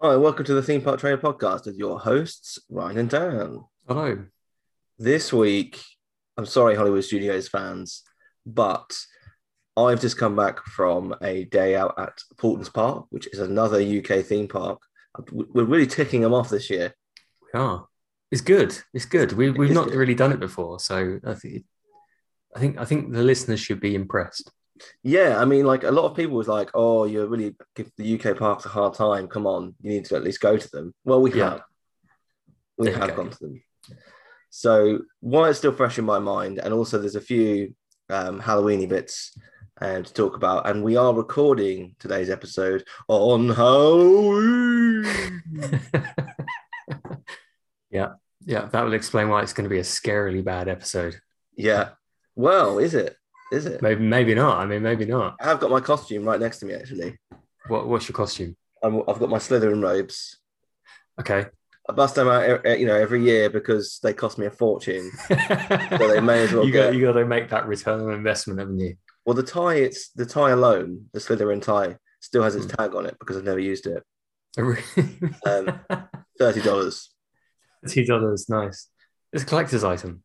Hi, welcome to the Theme Park Trainer Podcast with your hosts, Ryan and Dan. Hello. This week, I'm sorry, Hollywood Studios fans, but I've just come back from a day out at Portland's Park, which is another UK theme park. We're really ticking them off this year. We are. It's good. It's good. We, we've is not good. really done it before, so I think, I think, I think the listeners should be impressed. Yeah, I mean, like a lot of people was like, oh, you're really give the UK parks a hard time. Come on, you need to at least go to them. Well, we Yeah. have. We There you have go. gone to them. So while it's still fresh in my mind, and also there's a few um, Halloweeny bits um, to talk about, and we are recording today's episode on Halloween. yeah, yeah, that will explain why it's going to be a scarily bad episode. yeah. Well, is it? Is it? Maybe, maybe not. I mean, maybe not. I have got my costume right next to me, actually. What, what's your costume? I'm, I've got my Slytherin robes. Okay. I bust them out, e- e- you know, every year because they cost me a fortune. So they may as well you got, get- you got to make that return on investment, haven't you? Well, the tie, it's the tie alone, the Slytherin tie, still has its Hmm. tag on it because I've never used it. Um, Thirty dollars. Two dollars, nice. It's a collector's item.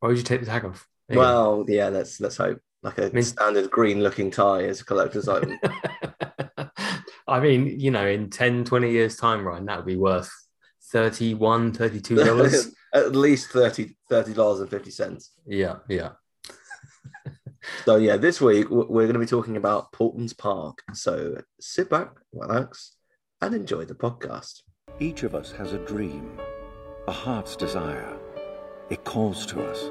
Why would you take the tag off? There you go. Well, yeah, let's let's hope like a mean- standard green looking tie is a collector's item. I mean, you know, in 10, 20 years' time, Ryan, that would be worth 31 $32. At least 30 dollars and fifty cents. yeah, yeah. So yeah, this week w- we're going to be talking about Portland's Park. So sit back, relax, and enjoy the podcast. Each of us has a dream, a heart's desire. It calls to us.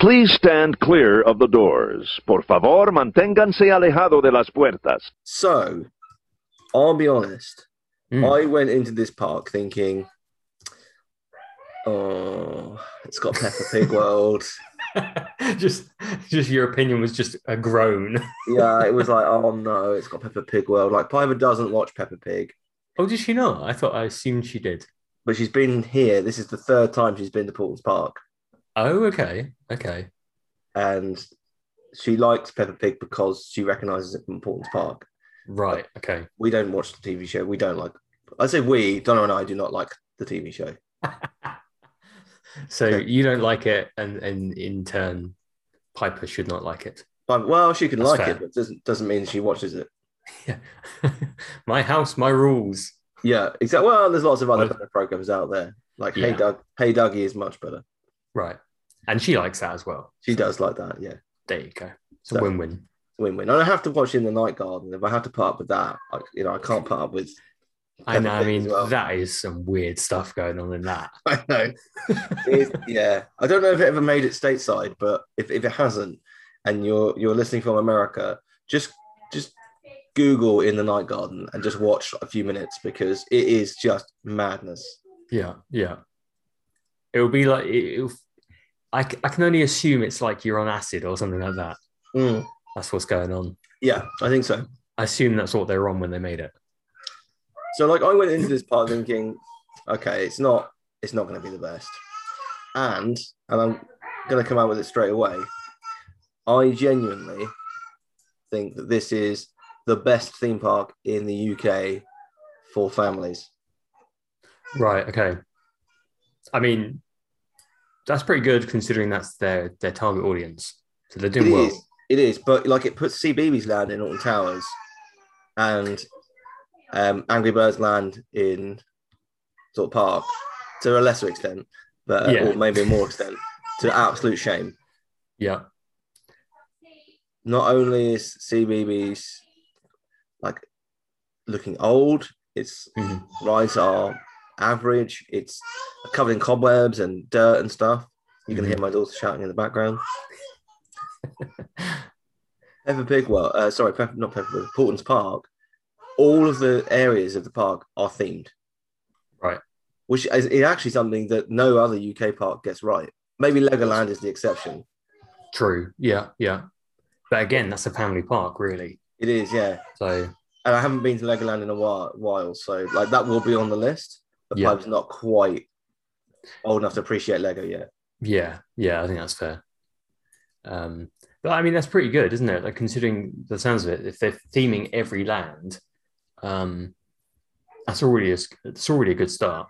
Please stand clear of the doors. Por favor, manténganse alejado de las puertas. So I'll be honest. Mm. I went into this park thinking, oh, it's got Peppa Pig World. just, just your opinion was just a groan. yeah, it was like, oh no, it's got Peppa Pig World. Like Piper doesn't watch Peppa Pig, Oh, did she not? I thought I assumed she did. but she's been here. This is the third time she's been to Portland's Park, Oh, okay, okay. and she likes Peppa Pig because she recognizes it from Portland's Park. Right, okay. We don't watch the TV show. We don't like. I say we. Donna and I do not like the TV show. So Okay. you don't like it, and, and in turn, Piper should not like it. But well, she can That's like fair. it, but doesn't doesn't mean she watches it. Yeah. my house, my rules. Yeah, exactly. Well, there's lots of other Well- kind of programs out there. Like Hey Yeah. Doug, Hey Dougie is much better. Right. And she likes that as well. She does like that. Yeah, There you go. It's a So- win win. win win. And I have to watch in the Night Garden. If I have to put up with that, I, you know, I can't put up with. I know. I everything mean, as well. that is some weird stuff going on in that. I know. It- yeah, I don't know if it ever made it stateside, but if, if it hasn't, and you're you're listening from America, just just Google in the night garden and just watch a few minutes because it is just madness. yeah, yeah. It will be like it, it'll, I, c- I can only assume it's like you're on acid or something like that. Mm, That's what's going on. Yeah, I think so. I assume that's what they were on when they made it. So like I went into this part thinking, okay, it's not it's not going to be the best, and and I'm going to come out with it straight away. I genuinely think that this is the best theme park in the UK for families. Right. Okay. I mean, that's pretty good considering that's their their target audience. So they're It doing is, well. it is, but like it puts CBeebies Land in Alton Towers, and um, Angry Birds Land in sort of Park to a lesser extent, but Yeah. or maybe a more extent. to absolute shame. Yeah. Not only is CBBS like looking old, its Mhm. rides are average. It's covered in cobwebs and dirt and stuff. You can hear my daughter shouting in the background. Pepper Pig, well, uh, sorry, Pepper, not Pepper Pig, Portland's Park. All of the areas of the park are themed, Right. which is, is actually something that no other UK park gets right. Maybe Legoland is the exception. True. Yeah. Yeah. But again, that's a family park, really. It is, yeah. So And I haven't been to Legoland in a while, while so like that will be on the list. But Yeah. Pipe's not quite old enough to appreciate Lego yet. yeah, yeah, I think that's fair. Um, but I mean, that's pretty good, isn't it? Like considering the sounds of it, if they're theming every land, um, that's already a, s- it's already a good start.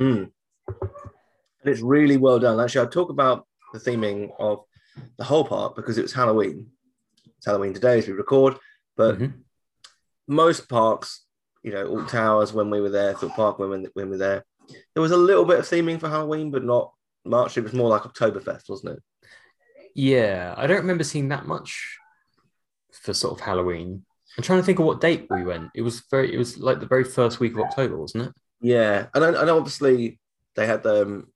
Mm. And it's really well done. Actually, I'll talk about the theming of the whole park because it was Halloween. It's Halloween today as we record, but Mhm. most parks, you know, All Towers when we were there, Thorpe Park when, when we were there, there was a little bit of theming for Halloween, but not much. It was more like Oktoberfest, wasn't it? Yeah, I don't remember seeing that much for sort of Halloween. I'm trying to think of what date we went. It was very, it was like the very first week of October, wasn't it? Yeah, and then- and obviously they had the um,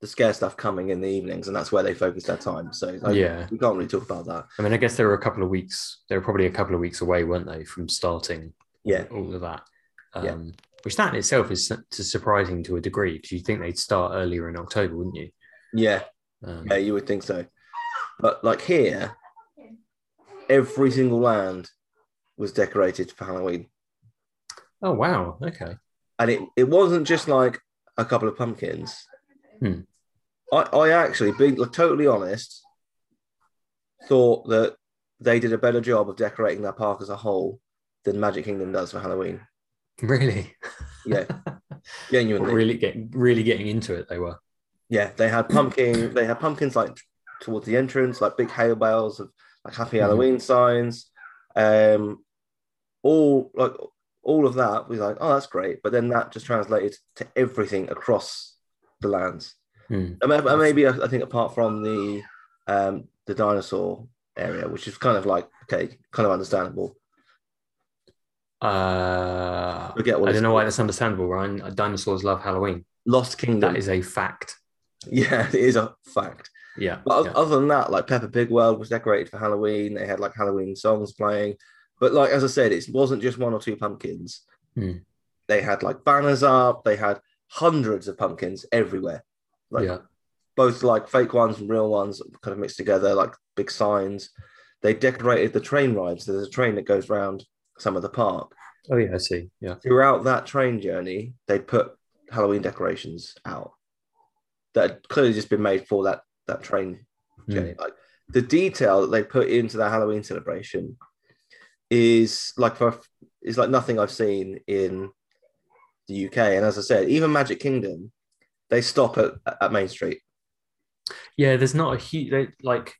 the scare stuff coming in the evenings, and that's where they focused their time. So like, Yeah. we can't really talk about that. I mean, I guess there were a couple of weeks. They were probably a couple of weeks away, weren't they, from starting Yeah, all of that. Um, Yeah. Which that in itself is su- to surprising to a degree because you'd think they'd start earlier in October, wouldn't you? yeah. Um, Yeah, you would think so. But like here, every single land was decorated for Halloween. Oh wow. Okay. And it, it wasn't just like a couple of pumpkins. Hmm. I, I actually, being like, totally honest, thought that they did a better job of decorating their park as a whole than Magic Kingdom does for Halloween. Really, Yeah, genuinely. really get really getting into it. They were. Yeah, they had pumpkin. they had pumpkins like towards the entrance, like big hail bells of like Happy Mhm. Halloween signs. Um, all like all of that was like, oh, that's great. But then that just translated to everything across the lands. Hmm. And may- and maybe I I think apart from the um, the dinosaur area, which is kind of like okay, kind of understandable. Uh, Forget what I it's don't know why that's understandable, Ryan. Uh, Dinosaurs love Halloween. Lost Kingdom. That is a fact. yeah, it is a fact. Yeah. But yeah. oth- other than that, like Pepper Pig World was decorated for Halloween. They had like Halloween songs playing. But like as I said, it wasn't just one or two pumpkins. Hmm. They had like banners up. They had hundreds of pumpkins everywhere. Like yeah. both like fake ones and real ones kind of mixed together, like big signs. They decorated the train rides. There's a train that goes round some of the park. Oh yeah. I see. Yeah. Throughout that train journey, they put Halloween decorations out that had clearly just been made for that that train Hmm. Jenny. Like the detail that they put into the Halloween celebration is like for is like nothing I've seen in the UK. And as I said, even Magic Kingdom, they stop at, at Main Street. Yeah, there's not a huge they, like,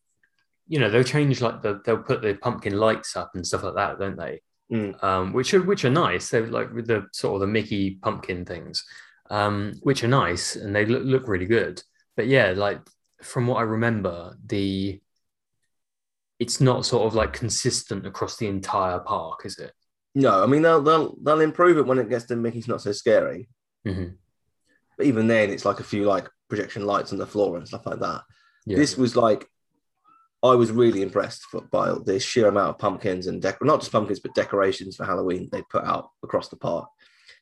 you know, they'll change like the they'll put the pumpkin lights up and stuff like that, don't they? Mm. Um, which are which are nice. They're like with the sort of the Mickey pumpkin things, um, which are nice and they look, look really good. But yeah, like from what I remember, the it's not sort of like consistent across the entire park, is it? No, I mean they'll they'll they'll improve it when it gets to Mickey's Not So Scary. Mhm. But even then, it's like a few like projection lights on the floor and stuff like that. Yeah. This was like. I was really impressed for, by the sheer amount of pumpkins and dec- not just pumpkins, but decorations for Halloween they put out across the park.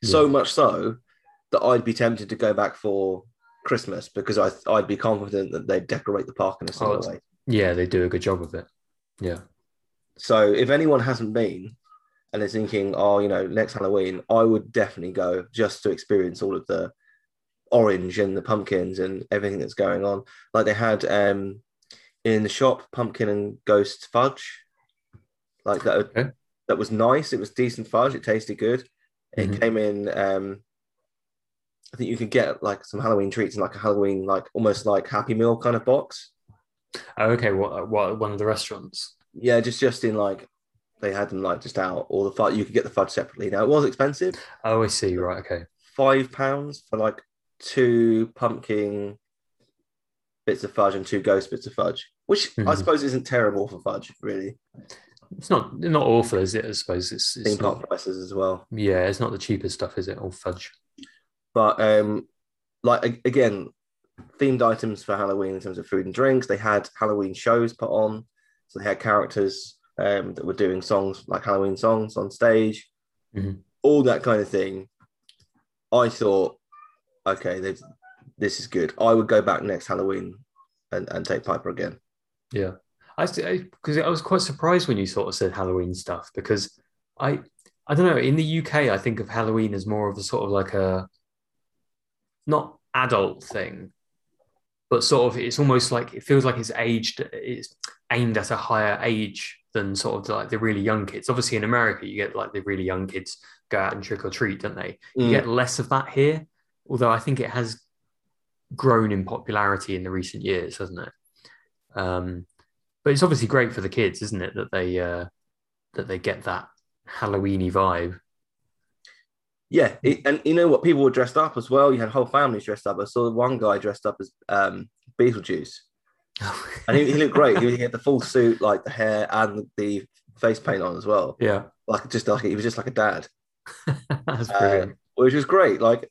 So much so that I'd be tempted to go back for Christmas because I I'd be confident that they'd decorate the park in a similar Oh, way. yeah, they do a good job of it. Yeah. So if anyone hasn't been and is thinking, oh, you know, next Halloween, I would definitely go just to experience all of the orange and the pumpkins and everything that's going on. Like they had um in the shop pumpkin and ghost fudge. Like that Okay. that was nice. It was decent fudge. It tasted good. It Mhm. came in um I think you could get like some Halloween treats in like a Halloween like almost like Happy Meal kind of box. Oh, okay, what what one of the restaurants? Yeah, just just in like they had them like just out all the fudge. You could get the fudge separately. Now it was expensive, Oh, I see. Right. Okay. five pounds for like two pumpkin bits of fudge and two ghost bits of fudge, which I Mhm. suppose isn't terrible for fudge, really. It's not not awful, is it? I suppose it's, it's Theme not, park prices as well. yeah, it's not the cheapest stuff, is it? All fudge. But um, like a- again, themed items for Halloween in terms of food and drinks. They had Halloween shows put on, so they had characters um, that were doing songs like Halloween songs on stage, Mhm. all that kind of thing. I thought, okay, they've- this is good. I would go back next Halloween and, and take Piper again. Yeah, I because I, was quite surprised when you sort of said Halloween stuff because I I don't know in the UK I think of Halloween as more of a sort of like a not adult thing, but sort of it's almost like it feels like it's aged it's aimed at a higher age than sort of like the really young kids. Obviously in America you get like the really young kids go out and trick or treat, don't they? Mm. You get less of that here, although I think it has grown in popularity in the recent years, hasn't it? Um, but it's obviously great for the kids, isn't it, that they uh, that they get that Halloweeny vibe. Yeah, it, and you know what? People were dressed up as well. You had whole families dressed up. I saw one guy dressed up as um, Beetlejuice, and he, he looked great. He had the full suit, like the hair and the face paint on as well. yeah, Like just like he was just like a dad, that's Uh, brilliant. which was great. Like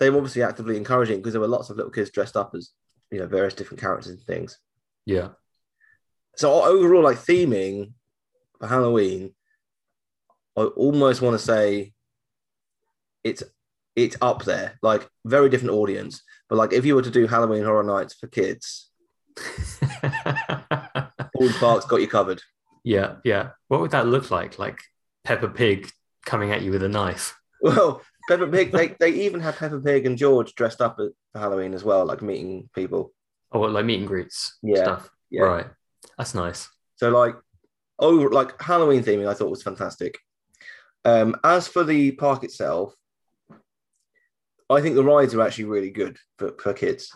they were obviously actively encouraging because there were lots of little kids dressed up as you know various different characters and things. yeah, So o- overall, like theming for Halloween, I almost want to say it's it's up there, like very different audience. But like if you were to do Halloween Horror Nights for kids, Paul's Park's got you covered. yeah, yeah. What would that look like? Like Peppa Pig coming at you with a knife. Well, Peppa Pig, they, they even have Peppa Pig and George dressed up at- for Halloween as well, like meeting people. Oh, like meet and greets Yeah, stuff. yeah. Right, that's nice. So like over like Halloween theming, I thought was fantastic. Um, as for the park itself, I think the rides are actually really good for, for kids.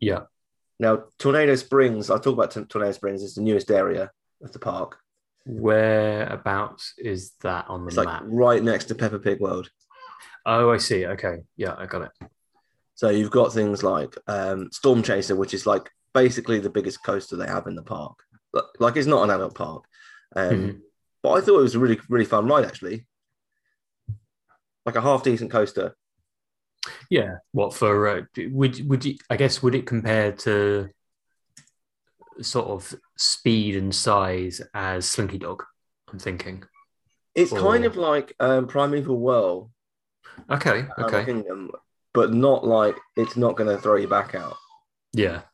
Yeah. Now, Tornado Springs, I'll talk about T- Tornado Springs, it's the newest area of the park. Whereabouts is that on the It's map? like right next to Peppa Pig World. Oh, I see. Okay. Yeah, I got it. So you've got things like um, Storm Chaser, which is like basically the biggest coaster they have in the park. Like, like it's not an adult park. Um, Mhm. But I thought it was a really, really fun ride, actually. Like a half decent coaster. Yeah. What for? Uh, d- would would you? I guess would it compare to sort of speed and size as Slinky Dog? I'm thinking. It's kind Oh. of like um, Primeval Whirl, Okay. Animal Okay. Kingdom, but not like it's not going to throw you back out. Yeah.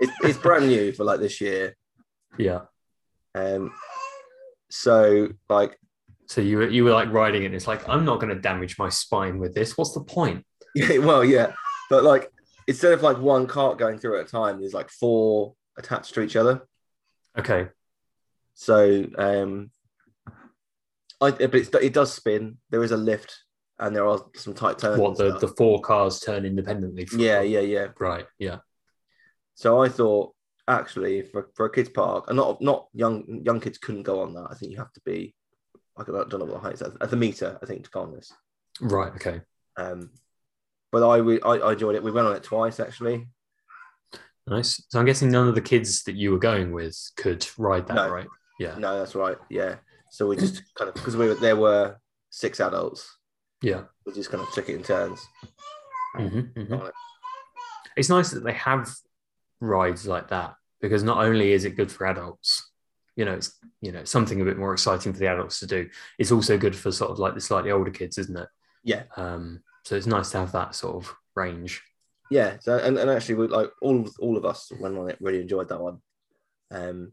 It's, it's brand new for like this year. yeah. Um, so like So you were you were like riding it. And it's like I'm not going to damage my spine with this. What's the point? Yeah, well, yeah, but like instead of like one cart going through at a time, there's like four attached to each other. Okay. So, um, I but it's, it does spin. There is a lift, and there are some tight turns. What and the the stuff. four cars turn independently? From Uh, yeah, yeah, yeah. Right. Yeah. So I thought actually for, for a kids park, and not not young young kids couldn't go on that. I think you have to be I don't know what the height is at the meter. I think to go on this. Right. Okay. Um, but I, re- I I enjoyed it. We went on it twice actually. Nice. So I'm guessing none of the kids that you were going with could ride that, No. right? Yeah. No, that's right. Yeah. So we just kind of because we were there were six adults. Yeah. We just kind of took it in turns. Mhm, mhm. Got it. It's nice that they have rides like that because not only is it good for adults, you know, it's you know something a bit more exciting for the adults to do. It's also good for sort of like the slightly older kids, isn't it? Yeah. Um, so it's nice to have that sort of range. Yeah. So and, and actually we like all of all of us went on it, really enjoyed that one. Um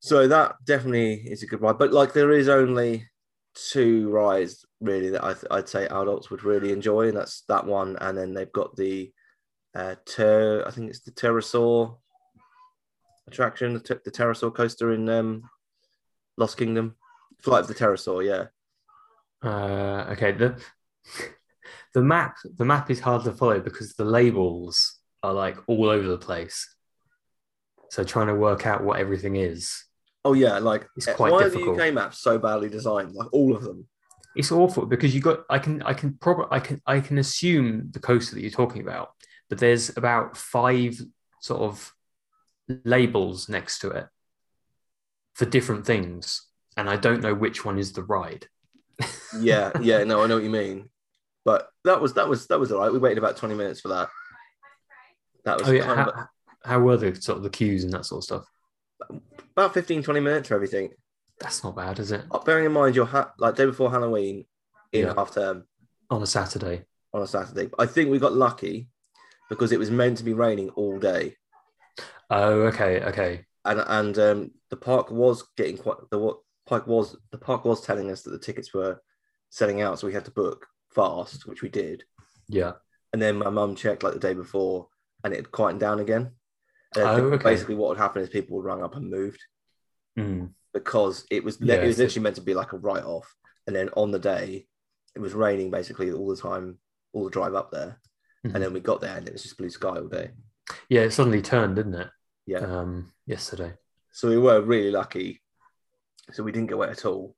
so that definitely is a good ride. But like there is only two rides really that I th- I'd say adults would really enjoy, and that's that one, and then they've got the uh ter I think it's the pterosaur attraction, the, t- the pterosaur coaster in um Lost Kingdom. Flight of the Pterosaur, yeah. Uh, okay. The the map the map is hard to follow because the labels are like all over the place. So trying to work out what everything is. Oh yeah, like It's eh, quite why are difficult. the UK maps so badly designed? Like all of them. it's awful because you got I can I can probably I can I can assume the coaster that you're talking about but there's about five sort of labels next to it for different things, and I don't know which one is the ride. yeah, yeah, no, I know what you mean. But that was that was that was all right. We waited about twenty minutes for that. That was Oh yeah, kind of how, how were the sort of the queues and that sort of stuff? about 15, 20 minutes for everything. That's not bad, is it? Uh, Bearing in mind your ha- like day before Halloween in Yeah. half term On a Saturday. on a Saturday. I think we got lucky because it was meant to be raining all day, Oh, okay, okay. and and um, the park was getting quite the what park was the park was telling us that the tickets were selling out, so we had to book fast, which we did. Yeah. and then my mum checked like the day before and it had quieted down again. And I Oh, think okay. basically what would happen is people would rung up and moved Mm. because it was Yeah, it was so- literally meant to be like a write off. And then on the day, it was raining basically all the time, all the drive up there. Mhm. And then we got there and it was just blue sky all day. Yeah, it suddenly turned, didn't it? Yeah. Um, yesterday. So we were really lucky. So we didn't get wet at all.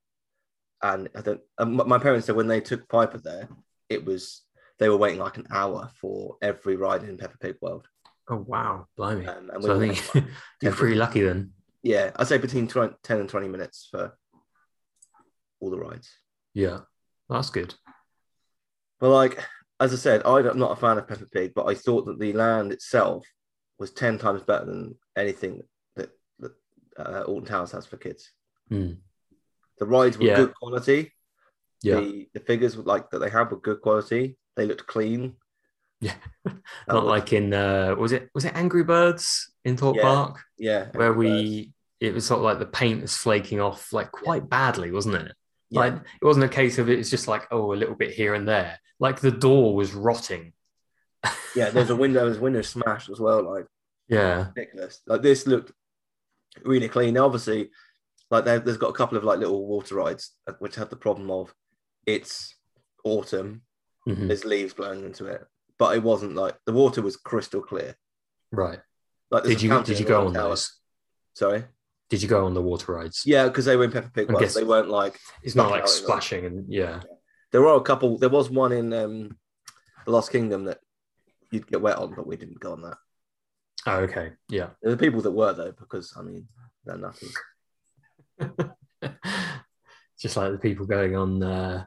And I don't, and my- my parents said when they took Piper there, it was, they were waiting like an hour for every ride in Peppa Pig World. Oh wow, blimey. Um, and we so were I think you're pretty lucky then. yeah, I'd say between 20, 10 and 20 minutes for all the rides. Yeah, that's good. But, like, as I said, I don't- I'm not a fan of Peppa Pig, but I thought that the land itself was 10 times better than anything that, that uh, Alton Towers has for kids. Hmm. The rides were Yeah. good quality. Yeah, The, the figures like that they had were good quality. They looked clean. Yeah. That not was- like in uh, was it was it Angry Birds in Thorpe Yeah, Park yeah, where Angry Birds. we it was sort of like the paint was flaking off like quite badly, wasn't it? Yeah. Like it wasn't a case of it's just like oh a little bit here and there. Like the door was rotting. yeah, there's a window, there's a window smashed as well. Like Yeah, ridiculous. Like this looked really clean. Now, obviously, like there- there's got a couple of like little water rides uh, which have the problem of it's autumn, Mhm. there's leaves blowing into it, but it wasn't like the water was crystal clear. right. Like there's Did a you fountain did you in the go on tower. those? Sorry, Did you go on the water rides? yeah, because they were in Peppa Pig. I Ones. guess- They weren't like it's not like Nothing going on. splashing and yeah. there were a couple. There was one in um, the Lost Kingdom that you'd get wet on, but we didn't go on that. Oh, okay. Yeah. There were people that were though, because I mean, they're nothing. Just like the people going on, uh,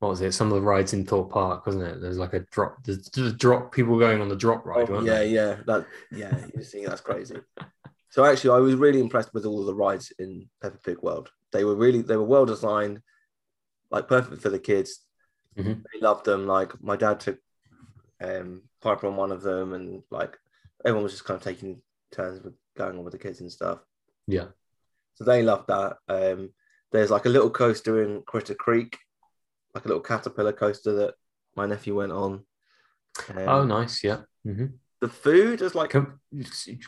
what was it? Some of the rides in Thorpe Park, wasn't it? There's like a drop, the, the drop, people going on the drop ride, Oh, weren't yeah, they? yeah, that, yeah. You see, that's crazy. So actually, I was really impressed with all of the rides in Peppa Pig World. They were really, they were well designed, like perfect for the kids. Mhm. They loved them. Like my dad took um, Piper on one of them, and like everyone was just kind of taking turns with going on with the kids and stuff. Yeah. So they loved that. Um, there's like a little coaster in Critter Creek, like a little caterpillar coaster that my nephew went on. Um, Oh, nice. Yeah. hmm The food is like Can,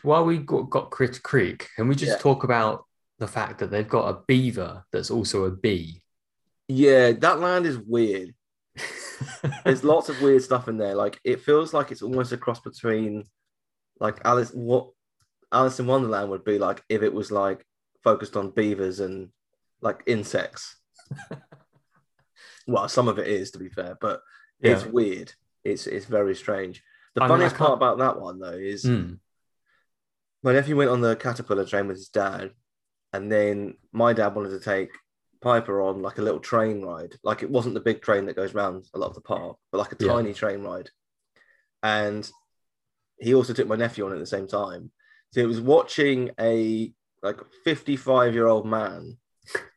while we got, got Crit Creek, can we just Yeah. talk about the fact that they've got a beaver that's also a bee? Yeah, that land is weird. There's lots of weird stuff in there. Like it feels like it's almost a cross between like Alice what Alice in Wonderland would be like if it was like focused on beavers and like insects. well, some of it is to be fair, but yeah. it's weird. It's it's very strange. The I mean, I funniest part can't- about that one though is Mm. my nephew went on the caterpillar train with his dad, and then my dad wanted to take Piper on like a little train ride. Like it wasn't the big train that goes round a lot of the park, but like a Yeah. tiny train ride. And he also took my nephew on at the same time. So it was watching a like 55 year old man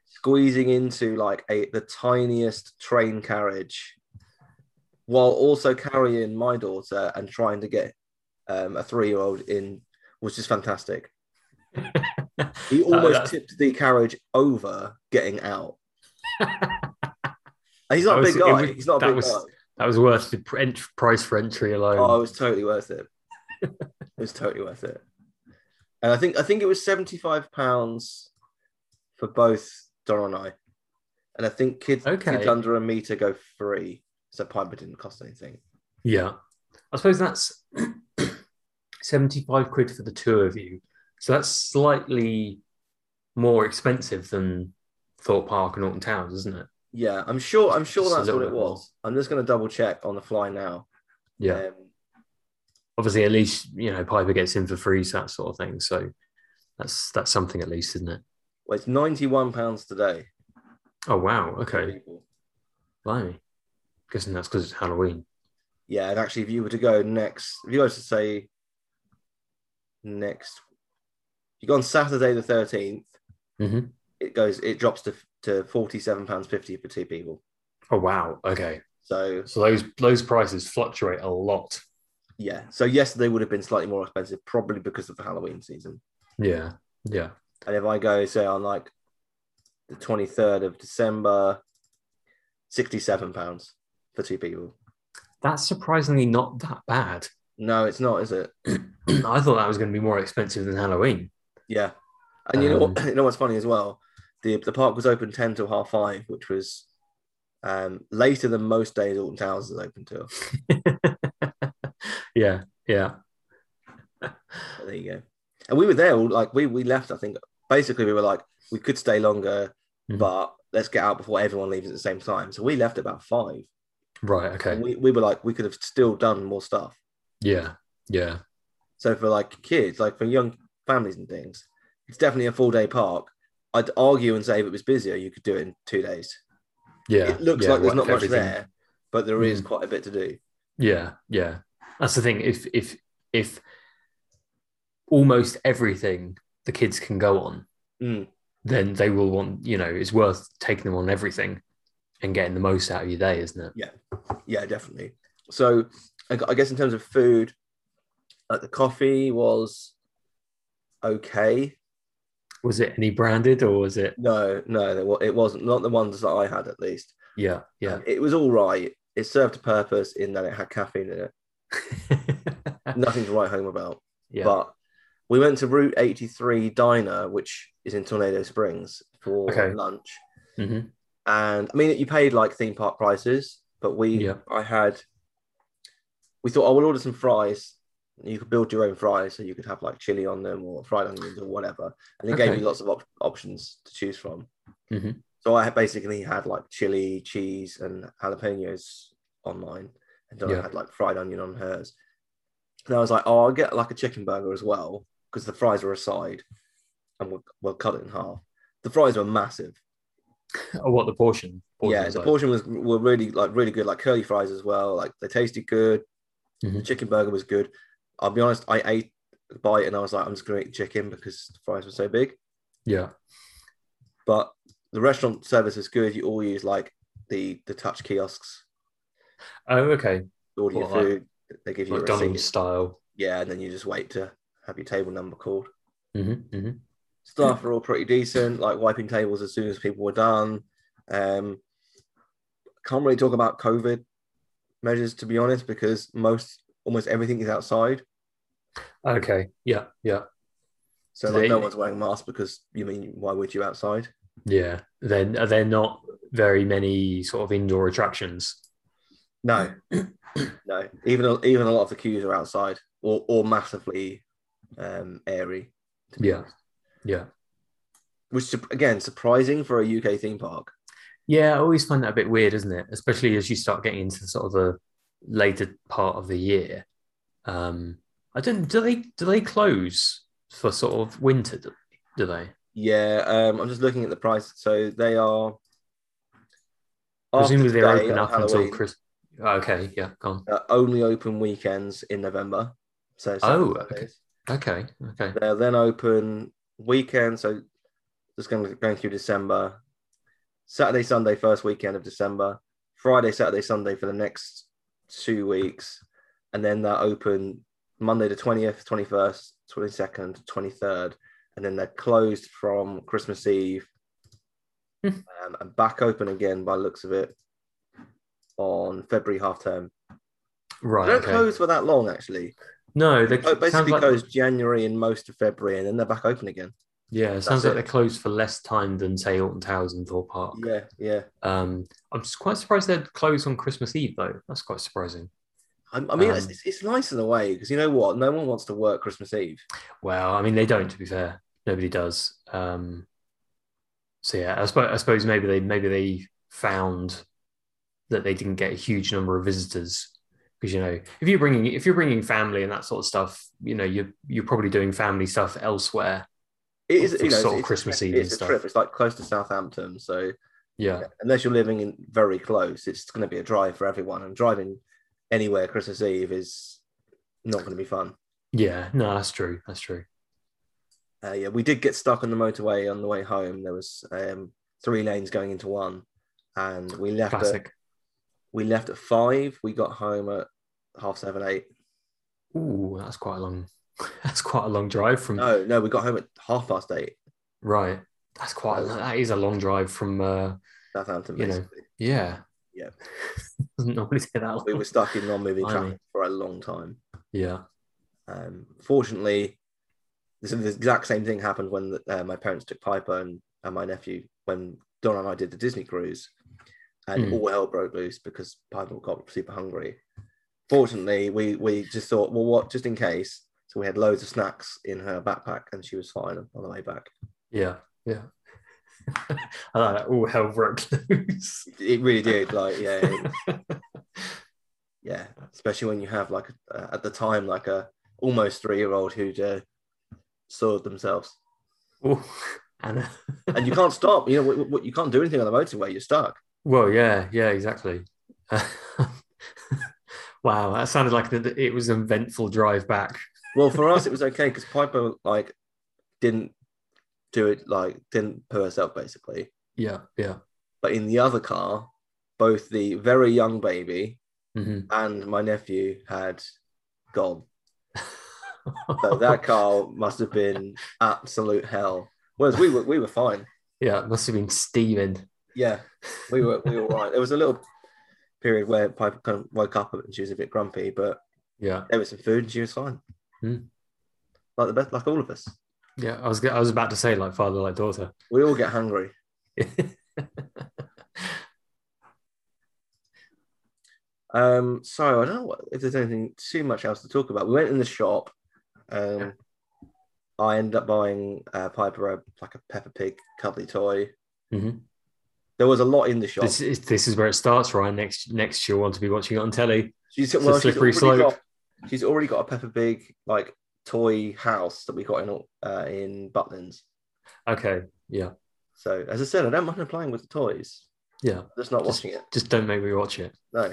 squeezing into like a the tiniest train carriage while also carrying my daughter and trying to get um, a three year old in was just fantastic. He No, almost that's- tipped the carriage over getting out. And he's That not a was- big it guy. was- he's not a that big was- guy. that was worth the pr- ent- price for entry alone. Oh, it was totally worth it. it was totally worth it. And I think I think it was seventy five pounds for both Donna and I. And I think kids, Okay. kids under a meter go free. So Piper didn't cost anything. Yeah. I suppose that's 75 quid for the two of you. So that's slightly more expensive than Thorpe Park and Norton Towers, isn't it? Yeah, I'm sure. I'm sure Just a that's what little it bit more. was. I'm just going to double check on the fly now. Yeah. Um, obviously at least you know Piper gets in for free, so that sort of thing. So that's that's something at least, isn't it? Well, it's ninety-one pounds today. Oh wow, okay, blimey. Guessing that's because it's Halloween. Yeah, and actually, if you were to go next, if you were to say next, you go on Saturday the 13th hmm it goes, it drops to to forty-seven pounds fifty for two people. Oh wow, okay. So So those those prices fluctuate a lot. yeah, so yesterday would have been slightly more expensive, probably because of the Halloween season. Yeah, yeah. And if I go say on like the twenty-third of December, sixty-seven pounds for two people. That's surprisingly not that bad. No, it's not, is it? I thought that was going to be more expensive than Halloween. Yeah, and you know what, you know what's funny as well. The the park was open ten till half five, which was um, later than most days Alton Towers is open till. yeah, yeah. But there you go. And we were there all like we we left. I think basically we were like we could stay longer, Mhm. but let's get out before everyone leaves at the same time. So we left about five. Right. And Okay. we we were like we could have still done more stuff. Yeah. Yeah. So for like kids, like for young families and things, it's definitely a full day park. I'd argue and say if it was busier, you could do it in two days. Yeah. it looks yeah, like there's not right, much everything. there, but there is Mm. quite a bit to do. Yeah. Yeah. That's the thing. If if if almost everything the kids can go on, Mm. then they will want. You know, it's worth taking them on everything and getting the most out of your day, isn't it? Yeah, definitely. So I gu- I guess in terms of food, like the coffee was okay. Was it any branded or was it? No, no, there wa- it wasn't. Not the ones that I had, at least. Yeah. Yeah. Um, It was all right. It served a purpose in that it had caffeine in it. Nothing to write home about. yeah. But we went to Route 83 Diner, which is in Tornado Springs, for Okay. lunch. hmm and I mean you paid like theme park prices, but we Yeah. I had we thought I will order some fries. You could build your own fries, so you could have like chili on them or fried onions or whatever, and they gave Okay. you lots of op- options to choose from. Mhm. So I had basically had like chili, cheese, and jalapenos on mine, and Donna Yeah. had like fried onion on hers. And I was like, oh, I'll get like a chicken burger as well because the fries are aside, and we'll, we'll cut it in half. The fries were massive Oh, what the portion? yeah, Portion's the like- portion was were really like really good, like curly fries as well. Like they tasted good. The Mhm. chicken burger was good. I'll be honest, I ate a bite and I was like, I'm just gonna eat chicken because the fries were so big. Yeah. But the restaurant service is good. You all use like the the touch kiosks, Oh, okay. order your What, like- food, they give you a McDonald's receipt. style. Yeah, and then you just wait to have your table number called. hmm hmm staff were all pretty decent, like wiping tables as soon as people were done. Um, can't really talk about COVID measures to be honest, because most almost everything is outside, Okay. Yeah. Yeah. so They- like, no one's wearing masks because you mean why would you outside? Yeah. Then are there not very many sort of indoor attractions? No, no. Even even a lot of the queues are outside or or massively um, airy. to be Yeah. honest. Yeah. which sup- again surprising for a UK theme park. Yeah. I always find that a bit weird, isn't it? Especially as you start getting into sort of the later part of the year. Um, I don't. Do they? Do they close for sort of winter? Do, do they? Yeah, um, I'm just looking at the price. So they are. after Presumably they're today on open up until Halloween, Christmas. Okay. Yeah. Go on. uh, only open weekends in November. So Oh, Saturdays. okay. Okay. Okay. They're then open weekend. So just going going through December, Saturday, Sunday, first weekend of December, Friday, Saturday, Sunday for the next two weeks, and then they're open Monday the twentieth, twenty first, twenty second, twenty third, and then they're closed from Christmas Eve, Hmm. um, and back open again by the looks of it on February half term. They Right. don't Okay. close for that long actually. No. They Oh, sounds basically like- closed January and most of February, and then they're back open again. Yeah, it sounds That's like it. they're closed for less time than say Alton Towers and Thorpe Park. Yeah, yeah. Um, I'm just quite surprised they're closed on Christmas Eve though. That's quite surprising. I, I mean, it's, Um, it's- it's nice in a way because you know what? No one wants to work Christmas Eve. Well, I mean they don't. To be fair, nobody does. Um, so yeah, I suppose I suppose maybe they maybe they found that they didn't get a huge number of visitors because you know if you're bringing if you're bringing family and that sort of stuff, you know you're you're probably doing family stuff elsewhere. It is For you know, sort of it's, Christmas it's, Eve and it's a stuff. trip. It's like close to Southampton, so Yeah, unless you're living in very close, it's going to be a drive for everyone. And driving anywhere Christmas Eve is not going to be fun. yeah, no, that's true, that's true. Uh, yeah, we did get stuck on the motorway on the way home. There was um, three lanes going into one, and we left. At, Classic. we left at five. We got home at half seven, eight. Ooh, that's quite a long. That's quite a long drive from No, no, we got home at half past eight. right. That's quite. A, that is a long drive from. uh Southampton. You know. Basically. Yeah. Yeah. Doesn't normally take that long. We were stuck in non-moving traffic Blimey. for a long time. Yeah. Um, fortunately, this the exact same thing happened when uh, my parents took Piper and, and my nephew when Don and I did the Disney cruise, and Hmm. all hell broke loose because Piper got super hungry. Fortunately, we we just thought, well, what, just in case. So we had loads of snacks in her backpack, and she was fine on the way back. Yeah. Yeah. I like that. All hell broke loose. It really did, like, yeah, it- yeah. Especially when you have like uh, at the time like a almost three year old who'd uh, soiled themselves. Ooh, Anna. and you can't stop. You know, w- w- you can't do anything on the motorway. You're stuck. Well, yeah, yeah, exactly. wow, that sounded like that it was an eventful drive back. Well, for us, it was okay because Piper like didn't do it, like didn't poo herself basically. Yeah, yeah. But in the other car, both the very young baby hmm and my nephew had gone. So that car must have been absolute hell. Whereas we were we were fine. yeah, it must have been steaming. Yeah, we were we were all right. There was a little period where Piper kind of woke up and she was a bit grumpy, but Yeah, there was some food and she was fine. Hmm. Like the best, like all of us. yeah. I was, g- I was about to say like father, like daughter. We all get hungry. Um, so I don't know what, if there's anything too much else to talk about. We went in the shop. Um, Yeah. I ended up buying uh, Piper a, like a Peppa Pig cuddly toy. Mhm. There was a lot in the shop. this is this is where it starts, Ryan. Next, next you'll want to be watching it on telly. she's, it's a well, she's slippery already slope. Got, she's already got a Peppa Pig like toy house that we got in uh, in Butlins. Okay, yeah, So as I said, I don't mind her playing with the toys. yeah. Just not Just- watching it. Just don't make me watch it. No.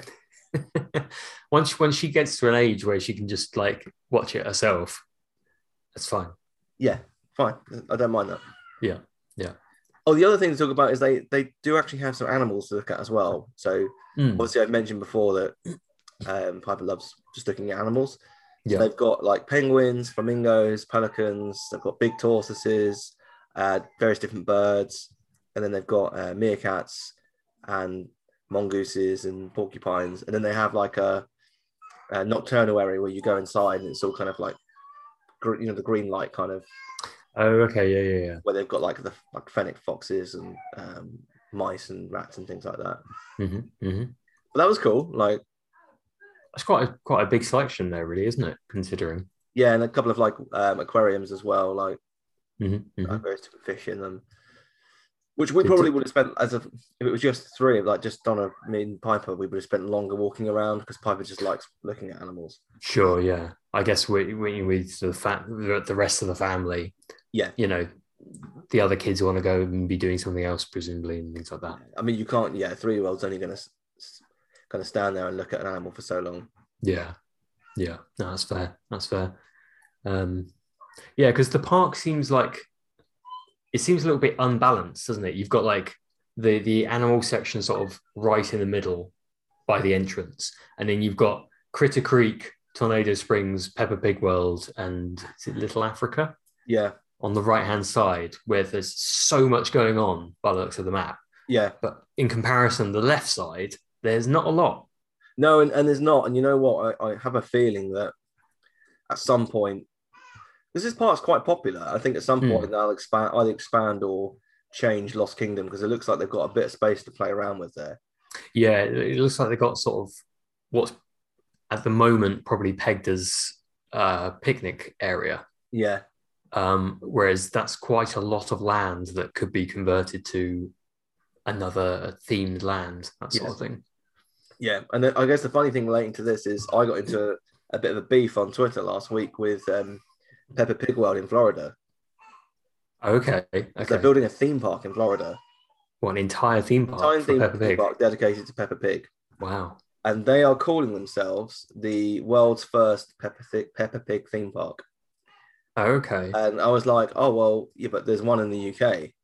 once when she gets to an age where she can just like watch it herself, that's fine. Yeah, fine. I don't mind that. Yeah, yeah. Oh, the other thing to talk about is they they do actually have some animals to look at as well. So Mm, obviously, I've mentioned before that um, Piper loves just looking at animals. yeah, They've got like penguins, flamingos, pelicans. They've got big tortoises, uh, various different birds, and then they've got uh, meerkats and mongooses and porcupines. And then they have like a, a nocturnal area where you go inside and it's all kind of like, gr- you know, the green light kind of Oh, okay, yeah, yeah, yeah. where they've got like the like fennec foxes and um, mice and rats and things like that. Mm-hmm, mm-hmm. But that was cool. Like That's quite a, quite a big selection there, really, isn't it? Considering. yeah, and a couple of like um, aquariums as well, like Mhm, mhm. uh, various different fish in them. Which we Did probably you- would have spent as a, if it was just three, like just Donna, me and Piper, we would have spent longer walking around because Piper just likes looking at animals. Sure, yeah. I guess we we with the fa- the the rest of the family. Yeah. you know, the other kids want to go and be doing something else, presumably, and things like that. I mean, you can't, yeah, three year old's only going to going to stand there and look at an animal for so long. Yeah, yeah, no, that's fair. That's fair. Um, yeah, because the park seems like it seems a little bit unbalanced, doesn't it? You've got like the the animal section sort of right in the middle by the entrance, and then you've got Critter Creek, Tornado Springs, Pepper Pig World, and is it Little Africa Yeah, on the right hand side, where there's so much going on by the looks of the map. yeah. But in comparison, the left side, there's not a lot. No, and, and there's not. And you know what? I, I have a feeling that at some point, because this part's quite popular. I think at some Hmm. point they'll expand, either expand or change Lost Kingdom because it looks like they've got a bit of space to play around with there. Yeah, it it looks like they got sort of what's at the moment probably pegged as uh, picnic area, Yeah, um, whereas that's quite a lot of land that could be converted to another themed land, that sort of thing. Yeah, and then I guess the funny thing relating to this is I got into a, a bit of a beef on Twitter last week with um, Pepper Pig World in Florida. Okay. They're Okay. building a theme park in Florida, What an entire theme park tiny for theme Peppa Pig. park dedicated to Pepper Pig, Wow. and they are calling themselves the world's first Pepper, Thi- Pepper Pig theme park. Okay. And I was like, oh well, yeah, but there's one in the UK.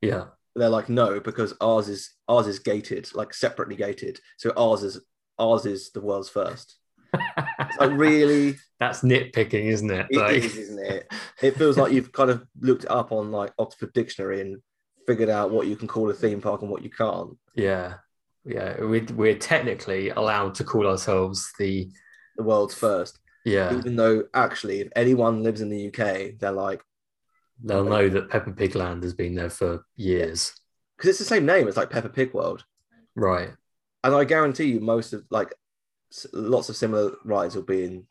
yeah. They're like, no, because ours is ours is gated, like separately gated. So ours is ours is the world's first. It's like really, That's nitpicking, isn't it? It is, isn't it? it feels like you've kind of looked it up on like Oxford Dictionary and figured out what you can call a theme park and what you can't. Yeah. Yeah. We're, we're technically allowed to call ourselves the. The world's first, Yeah. even though actually, if anyone lives in the UK, they're like, They'll know that Peppa Pig Land has been there for years. because it's the same name. It's like Peppa Pig World, Right. and I guarantee you, most of like s- lots of similar rides will be in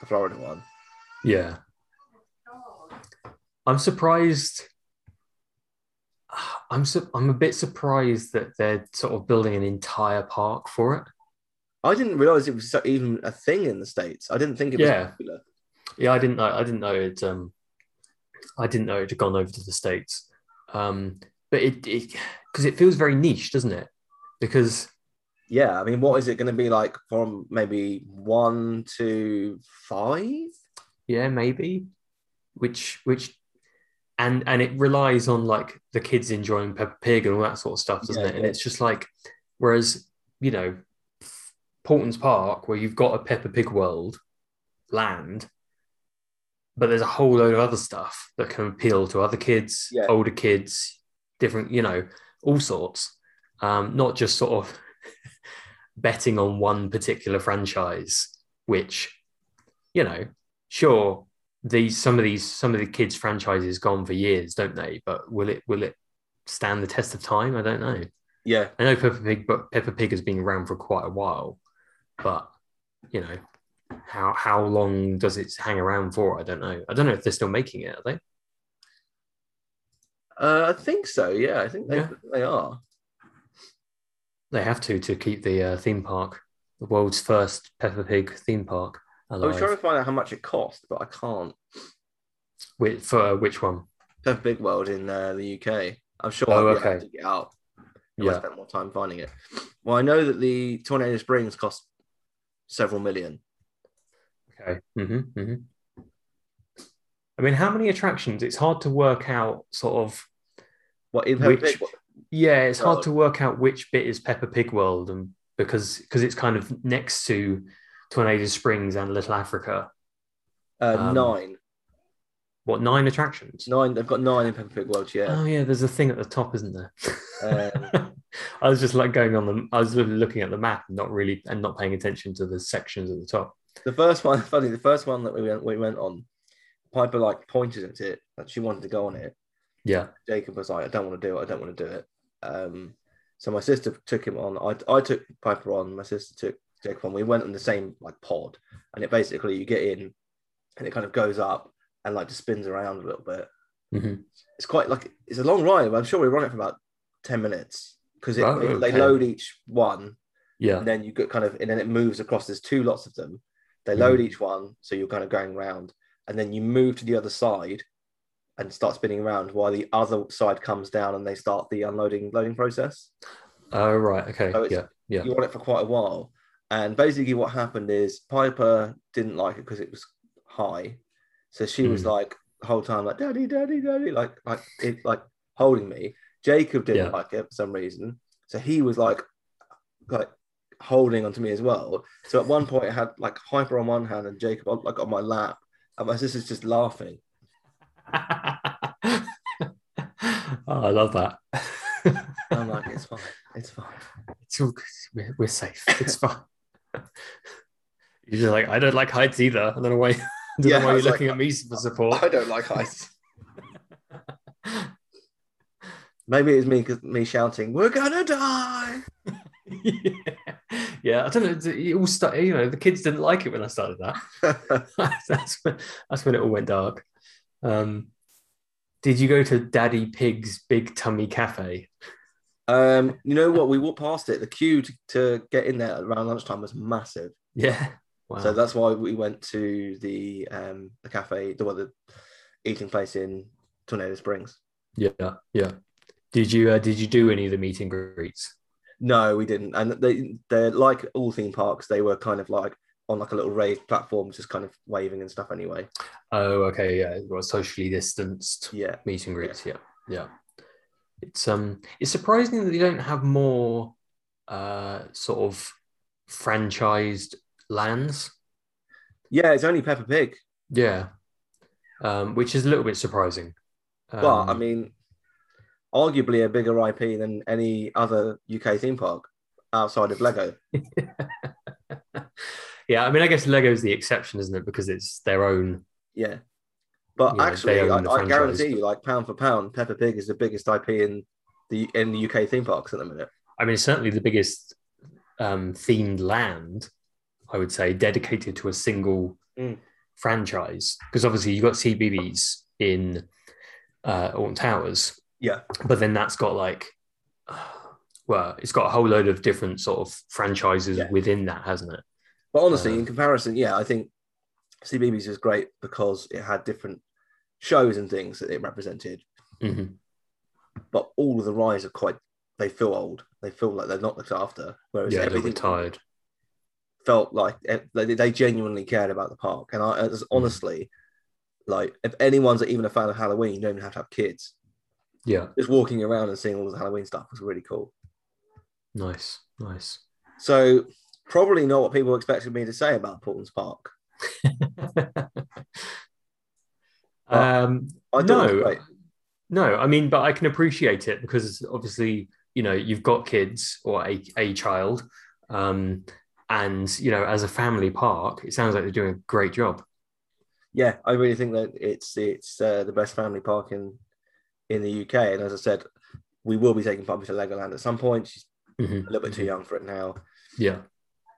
the Florida one. Yeah. I'm surprised. I'm su- I'm a bit surprised that they're sort of building an entire park for it. I didn't realize it was so- even a thing in the states. I didn't think it was Yeah. popular. Yeah, I didn't know. I didn't know it. Um, I didn't know it had gone over to the states. Um, but it it because it feels very niche, doesn't it? Because Yeah, I mean, what is it going to be like from maybe one to five? yeah, maybe, which which, and and it relies on like the kids enjoying Peppa Pig and all that sort of stuff, doesn't Yeah, it? And yeah. it's just like, whereas you know, Portland's Park, where you've got a Peppa Pig world, land, but there's a whole load of other stuff that can appeal to other kids, Yeah. older kids, different, you know, all sorts. Um, not just sort of betting on one particular franchise, which, you know, sure, these some of these some of the kids' franchises gone for years, don't they? But will it will it stand the test of time? I don't know. Yeah, I know Peppa Pig, but Peppa Pig has been around for quite a while. But you know, how how long does it hang around for? I don't know. I don't know if they're still making it. Are they? Uh, I think so. Yeah, I think they, Yeah. they are. They have to to keep the uh, theme park, the world's first Peppa Pig theme park, I was trying to alive. find out how much it cost, but I can't. Wait, for uh, which one? Peppa Big World in uh, the UK. I'm sure Oh, I'll be able okay. to get out if I Yeah. spend more time finding it. Well, I know that the Tornado Springs cost several million. Okay. hmm hmm I mean, how many attractions? It's hard to work out. Sort of. What in Peppa Which- Pig? World? Yeah, it's hard World. to work out which bit is Peppa Pig World, and because because it's kind of next to Tornado Springs and Little Africa. Uh, Um, nine, What nine attractions? nine. They've got nine in Peppa Pig World. Yeah, Oh yeah, there's a thing at the top, isn't there? Um, I was just like going on the. I was really looking at the map, and not really, and not paying attention to the sections at the top. the first one. Funny, the first one that we went we went on, Piper like pointed at it and she wanted to go on it. Yeah. Jacob was like, I don't want to do it. I don't want to do it. Um, so my sister took him on. I, I took Piper on. My sister took Jacob on. We went on the same like pod, and it basically you get in, and it kind of goes up and like just spins around a little bit. Mhm. It's quite like it's a long ride. But I'm sure we run it for about ten minutes because it Oh, they, they okay. load each one, Yeah. and then you get kind of and then it moves across. There's two lots of them. They load each one, so you're kind of going round, and then you move to the other side and start spinning around while the other side comes down and they start the unloading loading process. Oh right. Okay. Oh, it's- yeah. Yeah. You're on it for quite a while. And basically what happened is Piper didn't like it because it was high. So she was Mm. like the whole time like daddy, daddy, daddy, like like it like holding me. Jacob didn't Yeah. like it for some reason. So he was like like holding onto me as well. So at one point I had like Piper on one hand and Jacob on, like on my lap. And my sister's just laughing. oh, I love that. And I'm like, it's fine, it's fine. it's all good. We're, we're safe. It's fine. You're just like, I don't like heights either. I don't know why. I don't Yeah, I know why you're was like, looking at me for support. I don't like heights. Maybe it was me 'cause- me shouting, "We're gonna die." yeah. yeah, I don't know. it's- It all started. You know, the kids didn't like it when I started that. that's when that's when it all went dark. Um, did you go to Daddy Pig's Big Tummy Cafe? Um, you know what? We walked past it. The queue to, to get in there around lunchtime was massive. Yeah. Wow. So that's why we went to the um, the cafe, the, well, the eating place in Tornado Springs. yeah. Yeah. Did you uh, did you do any of the meet and greets? No, we didn't. And they they're like all theme parks. They were kind of like on like a little raised platform, just kind of waving and stuff. Anyway, Oh, okay. Yeah. Well, socially distanced yeah, meet and greets. Yeah. Yeah. It's um it's surprising that they don't have more uh sort of franchised lands. yeah. It's only Peppa Pig, Yeah. Um, which is a little bit surprising. Um, but I mean, arguably a bigger IP than any other UK theme park outside of Lego. yeah, I mean, I guess Lego's the exception, isn't it? Because it's their own. Yeah. But Yeah, actually, they I, own the I franchise. guarantee you, like pound for pound, Peppa Pig is the biggest IP in the in the UK theme parks at the minute. I mean, it's certainly the biggest um, themed land, I would say, dedicated to a single Mm. franchise. Because obviously, you've got CBBS in uh, Alton Towers, Yeah. but then that's got like, well, it's got a whole load of different sort of franchises Yeah. within that, hasn't it? But honestly, Uh-huh. in comparison, yeah, I think CBeebies was great because it had different shows and things that it represented. hmm But all of the rides are quite they feel old. They feel like they're not looked after. Whereas Yeah, a little everything bit tired. felt like it- like, they genuinely cared about the park. And I Mm. as, honestly, like if anyone's even a fan of Halloween, you don't even have to have kids. Yeah, Just walking around and seeing all the Halloween stuff was really cool. nice, nice. So probably not what people expected me to say about Portland's Park. um, I do no, right. no. I mean, but I can appreciate it because obviously, you know, you've got kids or a, a child, um, and you know, as a family park, it sounds like they're doing a great job. Yeah, I really think that it's it's uh, the best family park in in the UK. And as I said, we will be taking Puppy to Legoland at some point. She's a Mhm. little bit too young for it now. Yeah,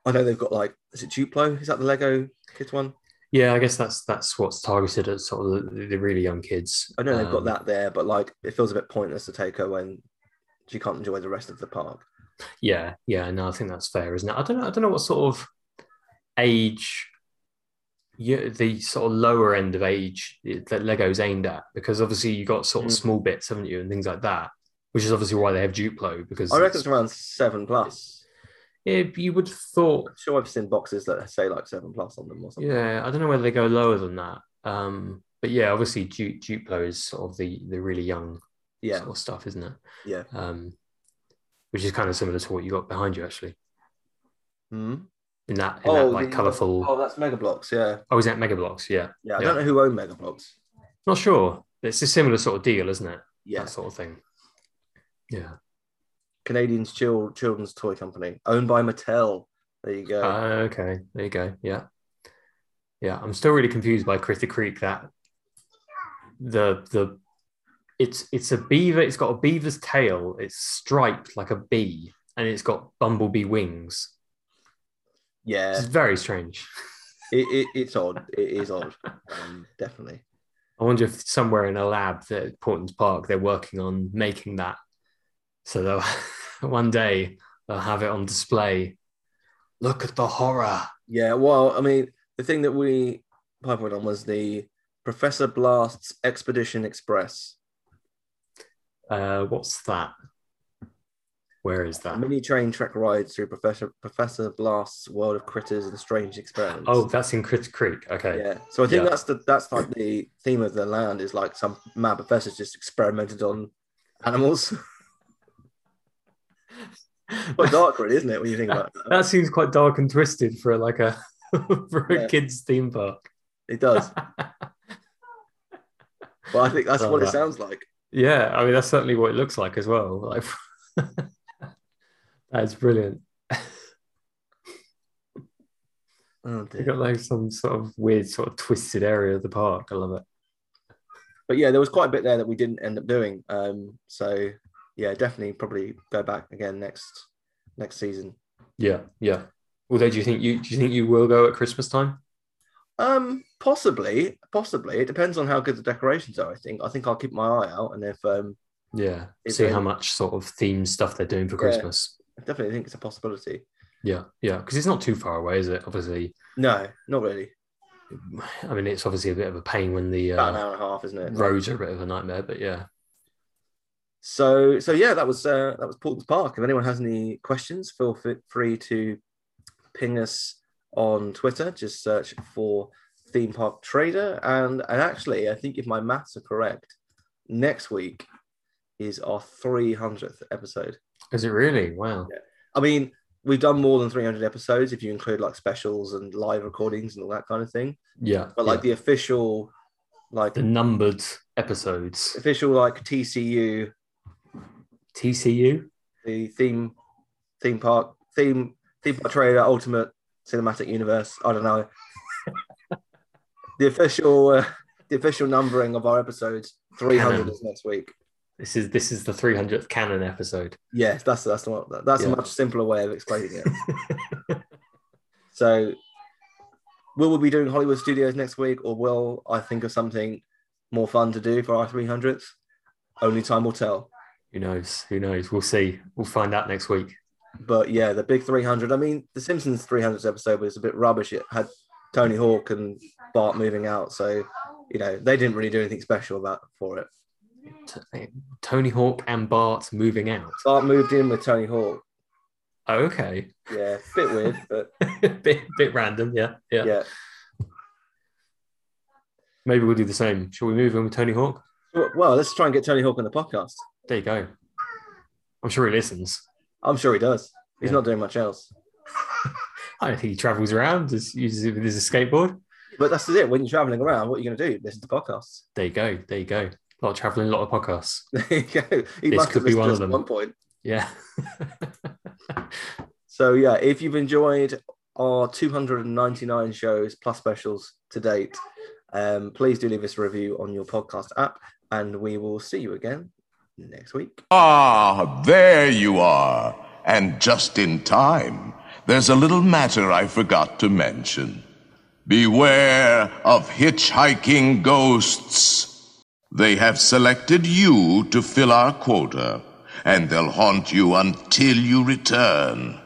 I know they've got like is it Duplo? Is that the Lego kids one? yeah. I guess that's that's what's targeted at sort of the, the really young kids. I know they've got Um, that there, but like it feels a bit pointless to take her when she can't enjoy the rest of the park. Yeah, yeah, no, I think that's fair, isn't it? I don't know, I don't know what sort of age, yeah, the sort of lower end of age that Lego's aimed at, because obviously you got sort of Mm. small bits, haven't you, and things like that, which is obviously why they have Duplo, because I reckon it's- it's around seven plus. yeah, you would have thought, I'm sure I've seen boxes that say like seven plus on them or something. yeah, I don't know whether they go lower than that, um, but yeah, obviously Du- Duplo is sort of the the really young Yeah. sort of stuff, isn't it? Yeah. Um, which is kind of similar to what you got behind you actually Hmm? in that in that like the- colourful. Oh, that's Megablocks. Yeah, Oh, is that Mega Blocks? Yeah. yeah. I Yeah. don't know who owned Megablocks. Not sure. It's a similar sort of deal, isn't it? Yeah, That sort of thing. Yeah. Canadian's Chil- Children's Toy Company, owned by Mattel. There you go. Ah, okay. There you go. Yeah. Yeah. I'm still really confused by Critter Creek. That the the it's it's a beaver. It's got a beaver's tail. It's striped like a bee, and it's got bumblebee wings. yeah, It's very strange. it, it, it's odd. It is odd. Um, definitely. I wonder if somewhere in a lab that at Portland Park they're working on making that, so they'll one day they'll have it on display. Look at the horror. Yeah. Well, I mean, the thing that we pivoted on was the Professor Blast's Expedition Express, Uh, what's that? Where is a that? mini train trek ride through Professor Professor Blast's world of critters and strange experiments. Oh, that's in Crit Creek. Okay. Yeah, so I think Yeah. that's the that's like the theme of the land is like some mad professors just experimented on animals. Quite dark, really, isn't it? When you think about it, that seems quite dark and twisted for like a for a Yeah. kids theme park. it does. But I think that's Love what it that. sounds like. yeah, I mean that's certainly what it looks like as well. Like that's brilliant. Oh They dear. got like some sort of weird, sort of twisted area of the park. I love it. But yeah, there was quite a bit there that we didn't end up doing. Um, so yeah, definitely probably go back again next next season. Yeah, yeah. Although, do you think you do you think you will go at Christmas time? Um, possibly, possibly. It depends on how good the decorations are. I think. I think I'll keep my eye out, and if um, Yeah. It's See a- how much sort of theme stuff they're doing for Yeah. Christmas. I definitely think it's a possibility. Yeah. Yeah. Because it's not too far away, is it? Obviously. No, not really. I mean, it's obviously a bit of a pain when the About an uh, hour and a half, isn't it? roads are a bit of a nightmare, but yeah. So, so yeah, that was uh, that was Portals Park. If anyone has any questions, feel f- free to ping us on Twitter. Just search for Theme Park Trader. And and actually, I think if my maths are correct, next week is our 300th episode. Is it really? Wow. Yeah. I mean, we've done more than 300 episodes if you include like specials and live recordings and all that kind of thing. Yeah. But like yeah. the official, like the numbered episodes. official like TCU TCU? the theme theme park theme theme park trailer ultimate cinematic universe i don't know the official uh, the official numbering of our episodes 300 Canon. is next week This is this is the 300th canon episode. yes that's that's not that's Yeah. a much simpler way of explaining it so will we be doing hollywood studios next week or will i think of something more fun to do for our 300th only time will tell Who knows? Who knows? We'll see. We'll find out next week. But yeah, the big 300. I mean, the Simpsons 300th episode was a bit rubbish. It had Tony Hawk and Bart moving out, so you know they didn't really do anything special about for it. T- Tony Hawk and Bart moving out. Bart moved in with Tony Hawk. Oh, okay. Yeah, bit weird, but bit bit random, yeah, yeah. yeah. Maybe we'll do the same. Shall we move on with Tony Hawk? Well, let's try and get Tony Hawk on the podcast. There you go. I'm sure he listens. I'm sure he does. He's Yeah. not doing much else. I don't think he travels around. Just uses it with his skateboard. But that's it. When you're traveling around, what are you going to do? Listen to podcasts. There you go. There you go. A lot of traveling, a lot of podcasts. There you go. He This must could have be listened one to of us at them. one point. Yeah. So yeah, if you've enjoyed our 299 shows plus specials to date, um, please do leave us a review on your podcast app, and we will see you again next week. Ah, there you are. And just in time. There's a little matter I forgot to mention. Beware of hitchhiking ghosts. They have selected you to fill our quota, and they'll haunt you until you return.